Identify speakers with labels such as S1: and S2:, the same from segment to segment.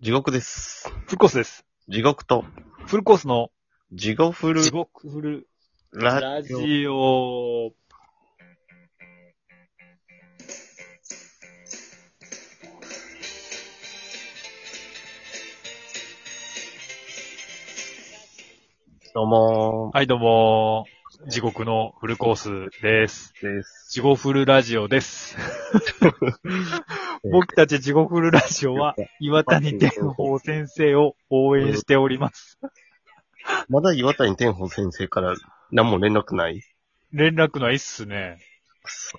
S1: 地獄です。
S2: フルコースです。
S1: 地獄と、
S2: フルコースの
S1: 地獄フル
S2: 地獄フル
S1: ラ
S2: ラ
S1: ジ
S2: ジ
S1: オ。
S2: オ。
S1: どうも
S2: はい、どうも。地獄のフルコースです。
S1: ーです。
S2: 地獄フルラジオ です。僕たち地獄フルラジオは岩谷天宝先生を応援しております。
S1: まだ岩谷天保先生から何も連絡ない
S2: 連絡ないっすね。
S1: くそ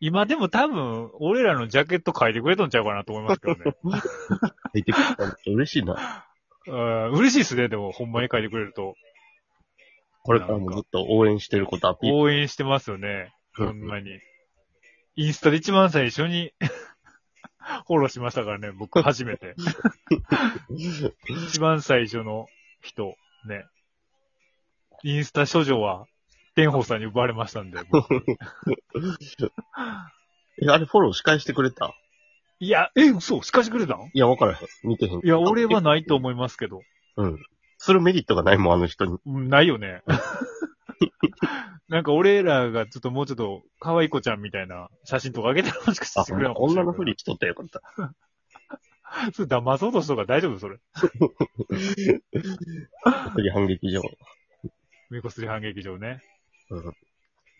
S2: 今でも多分、俺らのジャケット書いてくれとんちゃうかなと思いますけど ね。
S1: 入ってくれたら嬉しいな。
S2: うん嬉しいっすね、でも、ほんまに書いてくれると。
S1: これからもずっと応援してることアピール。
S2: 応援してますよね。
S1: うん
S2: ほんまに。インスタで一番最初に フォローしましたからね、僕初めて。一番最初の人、ね。インスタ処女は、天宝さんに奪われましたん で。僕
S1: え、あれフォロー仕返してくれた
S2: いや、え、嘘しかしてくれたん
S1: いや、わからへん。見てへん。
S2: いや、俺はないと思いますけど。
S1: うん。するメリットがないもん、あの人に。
S2: うんないよ ね。なんか俺らがちょっともうちょっと可愛い子ちゃんみたいな写真とかあげたらもしかし
S1: あ、
S2: てくれるのかもしれ
S1: 女の
S2: ん
S1: ふりしとったらよかった。
S2: それ騙そうとしとか大丈夫それ。
S1: 次反撃場。
S2: メコスリ反撃場ね。
S1: うん。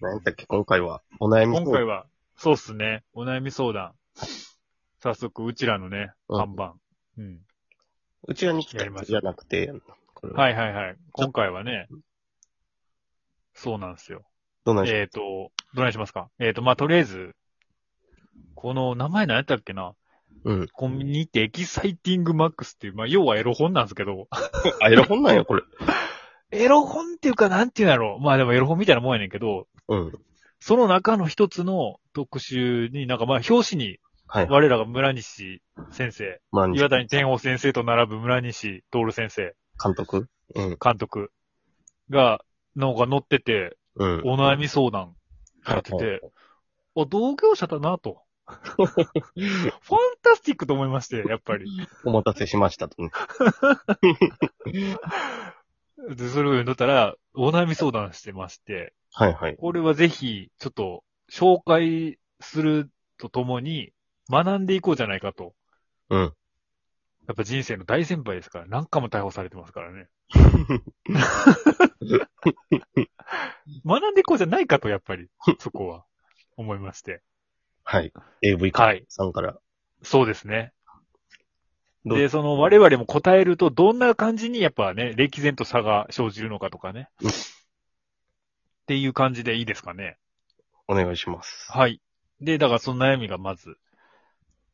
S1: なんだっけ、今回は。お悩み
S2: 今
S1: 相談
S2: 回は、そうっすね。お悩み相談。早速、うちらのね、
S1: うん
S2: 看板。うん。
S1: うちがに来た
S2: や
S1: や
S2: りましょ
S1: つ
S2: う
S1: じゃなくて、これ
S2: はいはいはい。今回はね、そうなんですよ。
S1: どうなんでしょ
S2: えっ、と、どないしますかえっ、と、まあ、とりあえず、この名前何やったっけな
S1: う。うん。
S2: コンビニってエキサイティングマックスっていう、まあ、要はエロ本なんですけど、
S1: あ、エロ本なんや、これ。
S2: エロ本っていうかなんていうんやろまあでもエロ本みたいなもんやねんけど、
S1: うん。
S2: その中の一つの特集になんかまあ表紙に
S1: はい。
S2: 我らが村西先生、
S1: まあ、
S2: 岩谷天保先生と並ぶ村西徹先生、
S1: 監督うん。
S2: 監督が、のが乗ってて、
S1: うん。
S2: お悩み相談やって
S1: はいは
S2: て、お、同業者だな と。ファンタスティックと思いまして、やっぱり。
S1: お待たせしましたとね。
S2: で、それを読んだったら、お悩み相談してまして、
S1: はいはい。
S2: これはぜひ、ちょっと、紹介するとともに、学んでいこうじゃないかと。
S1: うん。
S2: やっぱ人生の大先輩ですから、何回も逮捕されてますから ね。学んでいこうじゃないかと、やっぱり、そこは、思いまして。
S1: はい。AV 監督
S2: はい。
S1: さんから。
S2: そうですね。
S1: どう
S2: で、その、我々も答えると、どんな感じに、やっぱね、歴然と差が生じるのかとかね。
S1: うん
S2: っていう感じでいいですかね。
S1: お願いします。
S2: はい。で、だからその悩みがまず、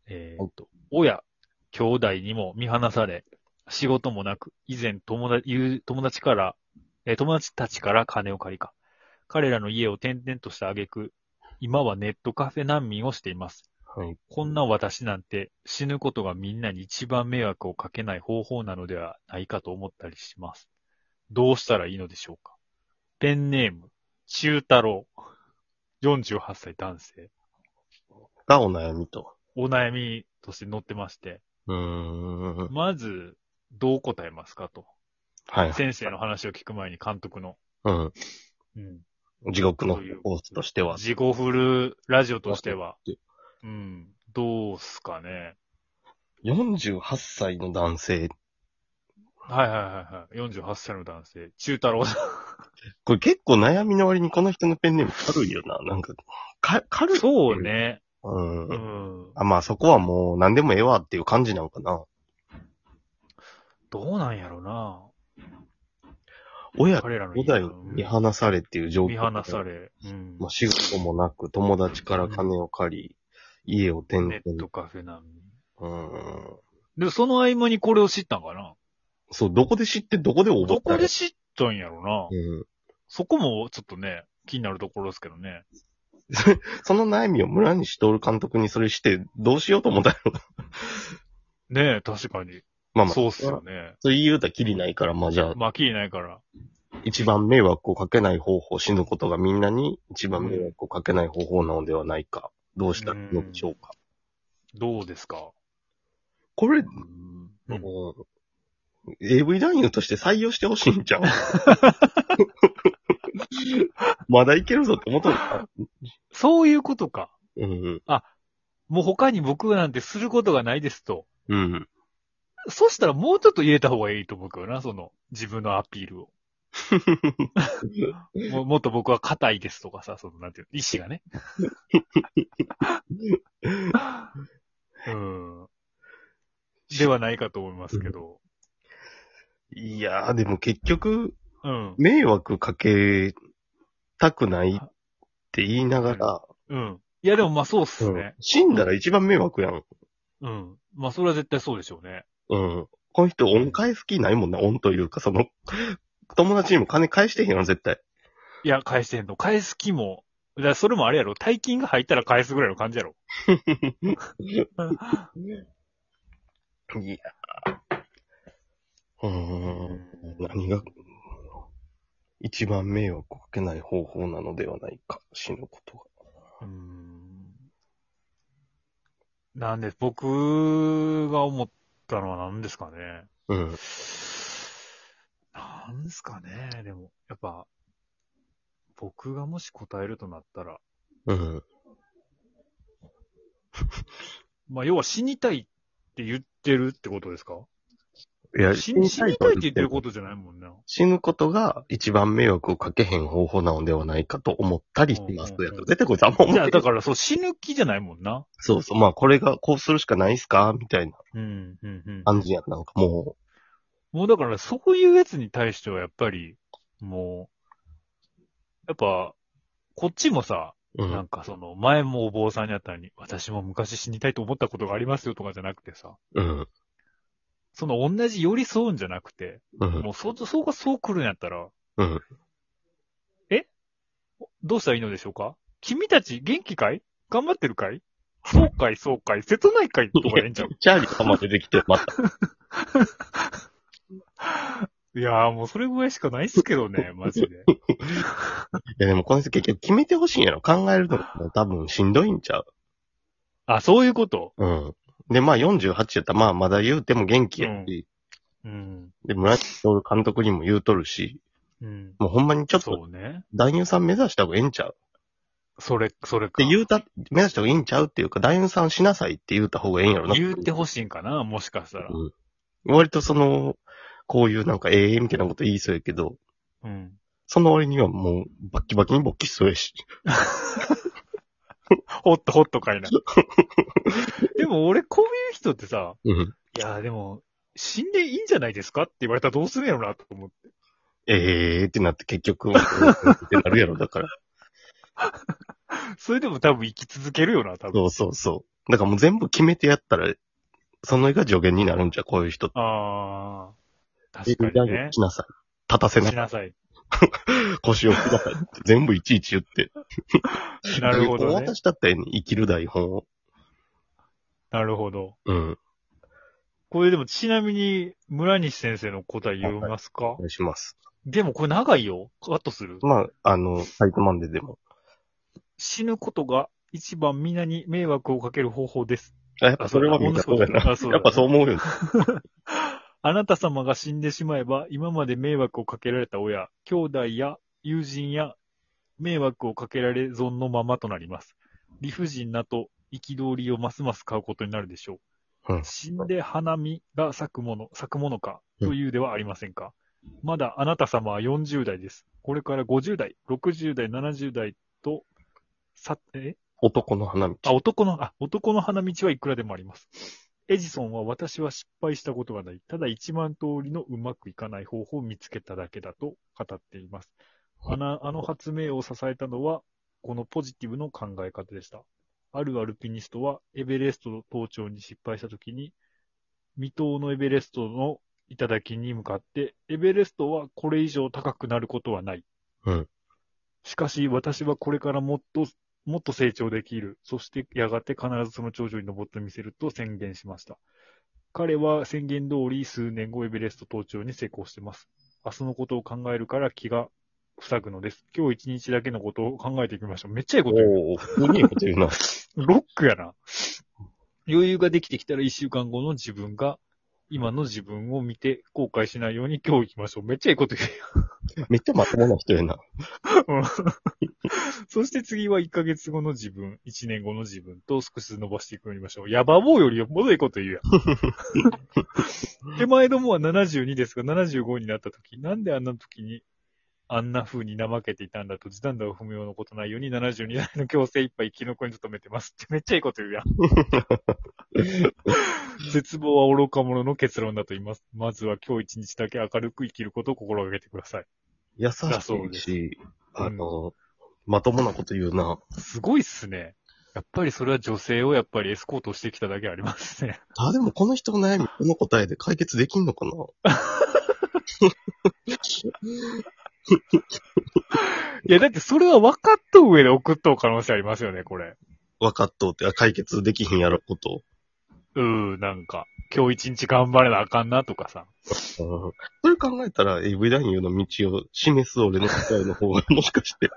S2: えーっと、親、兄弟にも見放され、仕事もなく、以前友達友友達から、えー友達たちから金を借りか。彼らの家を転々とした挙句、今はネットカフェ難民をしています。
S1: はい。
S2: こんな私なんて死ぬことがみんなに一番迷惑をかけない方法なのではないかと思ったりします。どうしたらいいのでしょうかペンネーム、中太郎。48歳男性。
S1: がお悩みと。
S2: お悩みとして載ってまして。
S1: うーん。
S2: まず、どう答えますかと。
S1: はい。
S2: 先生の話を聞く前に監督の。
S1: うん。
S2: うん。
S1: 地獄のコースとしては。
S2: 自己フルラジオとしては
S1: うん。
S2: うん。どうすかね。
S1: 48歳の男性。
S2: はいはいはいはい。48歳の男性。中 太郎さん。
S1: これ結構悩みの割にこの人のペンネーム軽いよな。なんか、か、軽い。
S2: そうね。
S1: うん
S2: う。ん。
S1: あ、まあそこはもう何でもええわっていう感じなんかな。
S2: どうなんやろな。
S1: 親、
S2: 彼らの
S1: 兄
S2: 家
S1: 弟に見放されっていう状況。
S2: 見放され。うん
S1: まあ、仕事もなく、友達から金を借り、家を転
S2: ネ
S1: 々
S2: ット
S1: と。
S2: カフェ並み。
S1: うん。
S2: で、その合間にこれを知ったんかな
S1: そう、どこで知って、どこで覚え
S2: ど
S1: た
S2: こで
S1: 知っ
S2: 知ったんやろな。
S1: うん。
S2: そこもちょっとね、気になるところですけどね。
S1: その悩みを村西徹監督にそれして、どうしようと思ったの
S2: ねえ、確かに。
S1: まあまあ、
S2: そうっすよね。
S1: そう言うたらきりないから、まあじゃあ、
S2: まあ、気にないから。
S1: 一番迷惑をかけない方法、死ぬことがみんなに一番迷惑をかけない方法なのではないか。どうしたらいいのでしょうか。
S2: どうですか
S1: これ、
S2: うん
S1: もう、AV 男優として採用してほしい んちゃうまだいけるぞって思ったのか
S2: そういうことか。
S1: うんうん。
S2: もう他に僕なんてすることがないですと。
S1: うん。
S2: そしたらもうちょっと入れた方がいいと思うけどな、その、自分のアピー ルを。ももっと僕は硬いですとかさ、その、なんていうの、意志が ね。うん。ではないかと思いますけど。
S1: いやー、でも結局、
S2: うん。
S1: 迷惑かけたくないって言いながら、
S2: うん。いや、でもまあそうっすね。
S1: 死んだら一番迷惑やん。
S2: うん。まあそれは絶対そうでしょうね。
S1: うん。この人、恩返す気ないもんな、恩というか、その、友達にも金返してへんやん、絶対。
S2: いや、返してんの。返す気も。だからそれもあれやろ。大金が入ったら返すぐらいの感じ やろ。
S1: いやー。うーん。何が、一番迷惑をかけない方法なのではないか、死ぬことが。
S2: うーんなんで、僕が思ったのは何ですかね。
S1: うん。
S2: 何ですかね。でも、やっぱ、僕がもし答えるとなったら、
S1: うん。
S2: まあ、要は死にたいって言ってるってことですか
S1: いや、
S2: 死に死にたいって言ってることじゃないもんな。
S1: 死ぬことが一番迷惑をかけへん方法なのではないかと思ったりします。
S2: うんうんうん
S1: 絶対こいつあんま思
S2: じゃ
S1: っ
S2: あ、
S1: て
S2: だ
S1: ない。
S2: から、そう、死ぬ気じゃないもんな。
S1: そうそう。まあ、これが、こうするしかないっすかみたいな
S2: うん、うん、うん。
S1: 感じやん。なんかも
S2: もうだから、そういうやつに対しては、やっぱり、もう、やっぱ、こっちもさ、
S1: う、う
S2: なん
S1: ん。
S2: かその、前もお坊さんにあったのに、私も昔死にたいと思ったことがありますよとかじゃなくてさ、
S1: うん。
S2: その同じ寄り添うんじゃなくて、
S1: うん。
S2: もうそ、そうがそう来るんやったら、
S1: うん。
S2: えどうしたらいいのでしょうか君たち元気かい頑張ってるかいそうかいそうかい切ないかいとかやんちゃう。
S1: チャーリー様出てきて、 また。
S2: いやーもうそれぐらいしかないっすけどね、マジで。
S1: いや、でもこの人結局決めてほしいんやろ。考えるのも多分しんどいんちゃう。
S2: あ、そういうこと
S1: うん。で、まあ48やったら、まあまだ言うても元気やし、
S2: うん。
S1: で、村木徹監督にも言うとるし、
S2: うん。
S1: もうほんまにちょっと
S2: そうね。
S1: 男優さん目指した方がええんちゃう
S2: それ、それか。
S1: って言うた、目指した方がいいんちゃうっていうか、男優さんしなさいって言うた方がええんやろな。
S2: 言うてほしいんかなもしかしたら。
S1: 割とその、こういうなんかええみたいなこと言いそうやけど、
S2: うん。
S1: その割にはもうバッキバキに勃起しそうやし。
S2: ほっとほっとか いな。でも俺、こういう人ってさ、
S1: うん。
S2: いや、でも、死んでいいんじゃないですかって言われたらどうするんやろな、と思って。
S1: ええー、ってなって結局、ってなるやろ、だ から。
S2: それでも多分生き続けるよな、多分。
S1: そうそうそう。だからもう全部決めてやったら、その絵が助言になるんじゃう、こういう人って。
S2: ああ。確かにね。
S1: しなさい。立たせな
S2: しなさい。
S1: 腰を振らさい。全部いちいち言って。
S2: なるほどね
S1: 私だったよね、生きる台本を。
S2: なるほど。
S1: うん。
S2: これでもちなみに、村西先生の答え言いますか
S1: お願いします。
S2: でもこれ長いよ。カットする。
S1: まあ、あの、サイトマンデーでも。
S2: 死ぬことが一番みんなに迷惑をかける方法です。
S1: あ、やっぱそれは見たそうやな。
S2: あそうだ
S1: やっぱそう思うよね。
S2: あなた様が死んでしまえば、今まで迷惑をかけられた親、兄弟や友人や迷惑をかけられ損のままとなります。理不尽なと憤りをますます買うことになるでしょう。
S1: うん
S2: 死んで花見が咲くもの、咲くものかというではありませんか。まだあなた様は40代です。これから50代、60代、70代と、さ、え
S1: 男の花道。
S2: あ、男の、あ、男の花道はいくらでもあります。エジソンは私は失敗したことがない。ただ1万通りのうまくいかない方法を見つけただけだと語っています。あのあの発明を支えたのは、このポジティブの考え方でした。あるアルピニストはエベレストの登頂に失敗したときに、未踏のエベレストの頂に向かって、エベレストはこれ以上高くなることはない。
S1: うん
S2: しかし私はこれからもっともっと成長できる。そしてやがて必ずその頂上に登ってみせると宣言しました。彼は宣言通り数年後エベレスト登頂に成功してます。明日のことを考えるから気が塞ぐのです。今日一日だけのことを考えていきましょう。めっちゃいいこと言う。
S1: おお、普通にいいこと言うな。
S2: ロックやな。余裕ができてきたら一週間後の自分が今の自分を見て後悔しないように今日行きましょう。めっちゃいいこと言う
S1: めっちゃまともな人やな。
S2: うん そして次は1ヶ月後の自分、1年後の自分と少しずつ伸ばしていくようにましょう。やばぼうよりよっぽどいいこと言うやん。手前どもは72ですが、75になった時、なんであんな時に、あんな風に怠けていたんだと、時短だを踏むようなことないように72代の強制いっぱい生き残りに努めてますってめっちゃいいこと言うやん。絶望は愚か者の結論だと言います。まずは今日一日だけ明るく生きることを心がけてください。
S1: 優し
S2: だそう
S1: い
S2: で
S1: し、
S2: うん
S1: あの、まともなこと言うな。
S2: すごいっすね。やっぱりそれは女性をやっぱりエスコートしてきただけありますね。
S1: あ、でもこの人の悩み、この答えで解決できんのかな
S2: いや、だってそれは分かっとう上で送っとう可能性ありますよね、これ。
S1: 分かっとうって、あ解決できひんやろこと。
S2: うー、なんか、今日一日頑張れなあかんなとかさ。
S1: うんそれ考えたら AV 男優の道を示す俺の答えの方が、もしか して、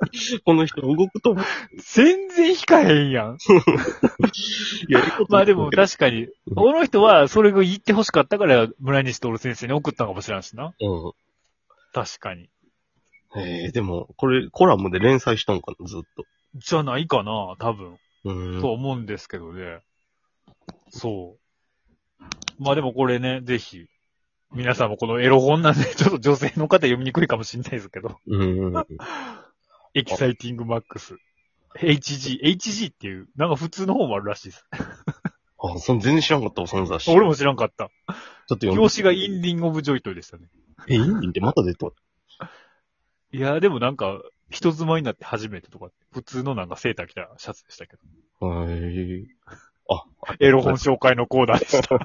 S1: この人動くと思う。
S2: 全然引かへんやん。
S1: いやいいこと
S2: まあでも確かに、この人はそれが言って欲しかったから村西徹先生に送ったのかもしれんしな。
S1: うん。
S2: 確かに。
S1: ええでも、これ、コラムで連載したんかな、ずっ
S2: じゃないかな、多分。
S1: と。うん。
S2: と思うんですけどね。そう。まあでもこれね、ぜひ、皆さんもこのエロ本なんで、ちょっと女性の方読みにくいかもしれないですけど、
S1: う。うん。
S2: エキサイティングマックス。HG、HG っていう、なんか普通の方もあるらしいです。
S1: あ、その全然知らんかったわ、その雑誌。
S2: 俺も知らんかった。
S1: ちょっと読んで。
S2: 表紙がインディング・オブ・ジョイトイでしたね。
S1: え、いいんで、また出とる。
S2: いやーでもなんか、人妻になって初めてとか、普通のなんかセーター着たシャツでしたけど。
S1: はい。
S2: エロ本紹介のコーナーでした。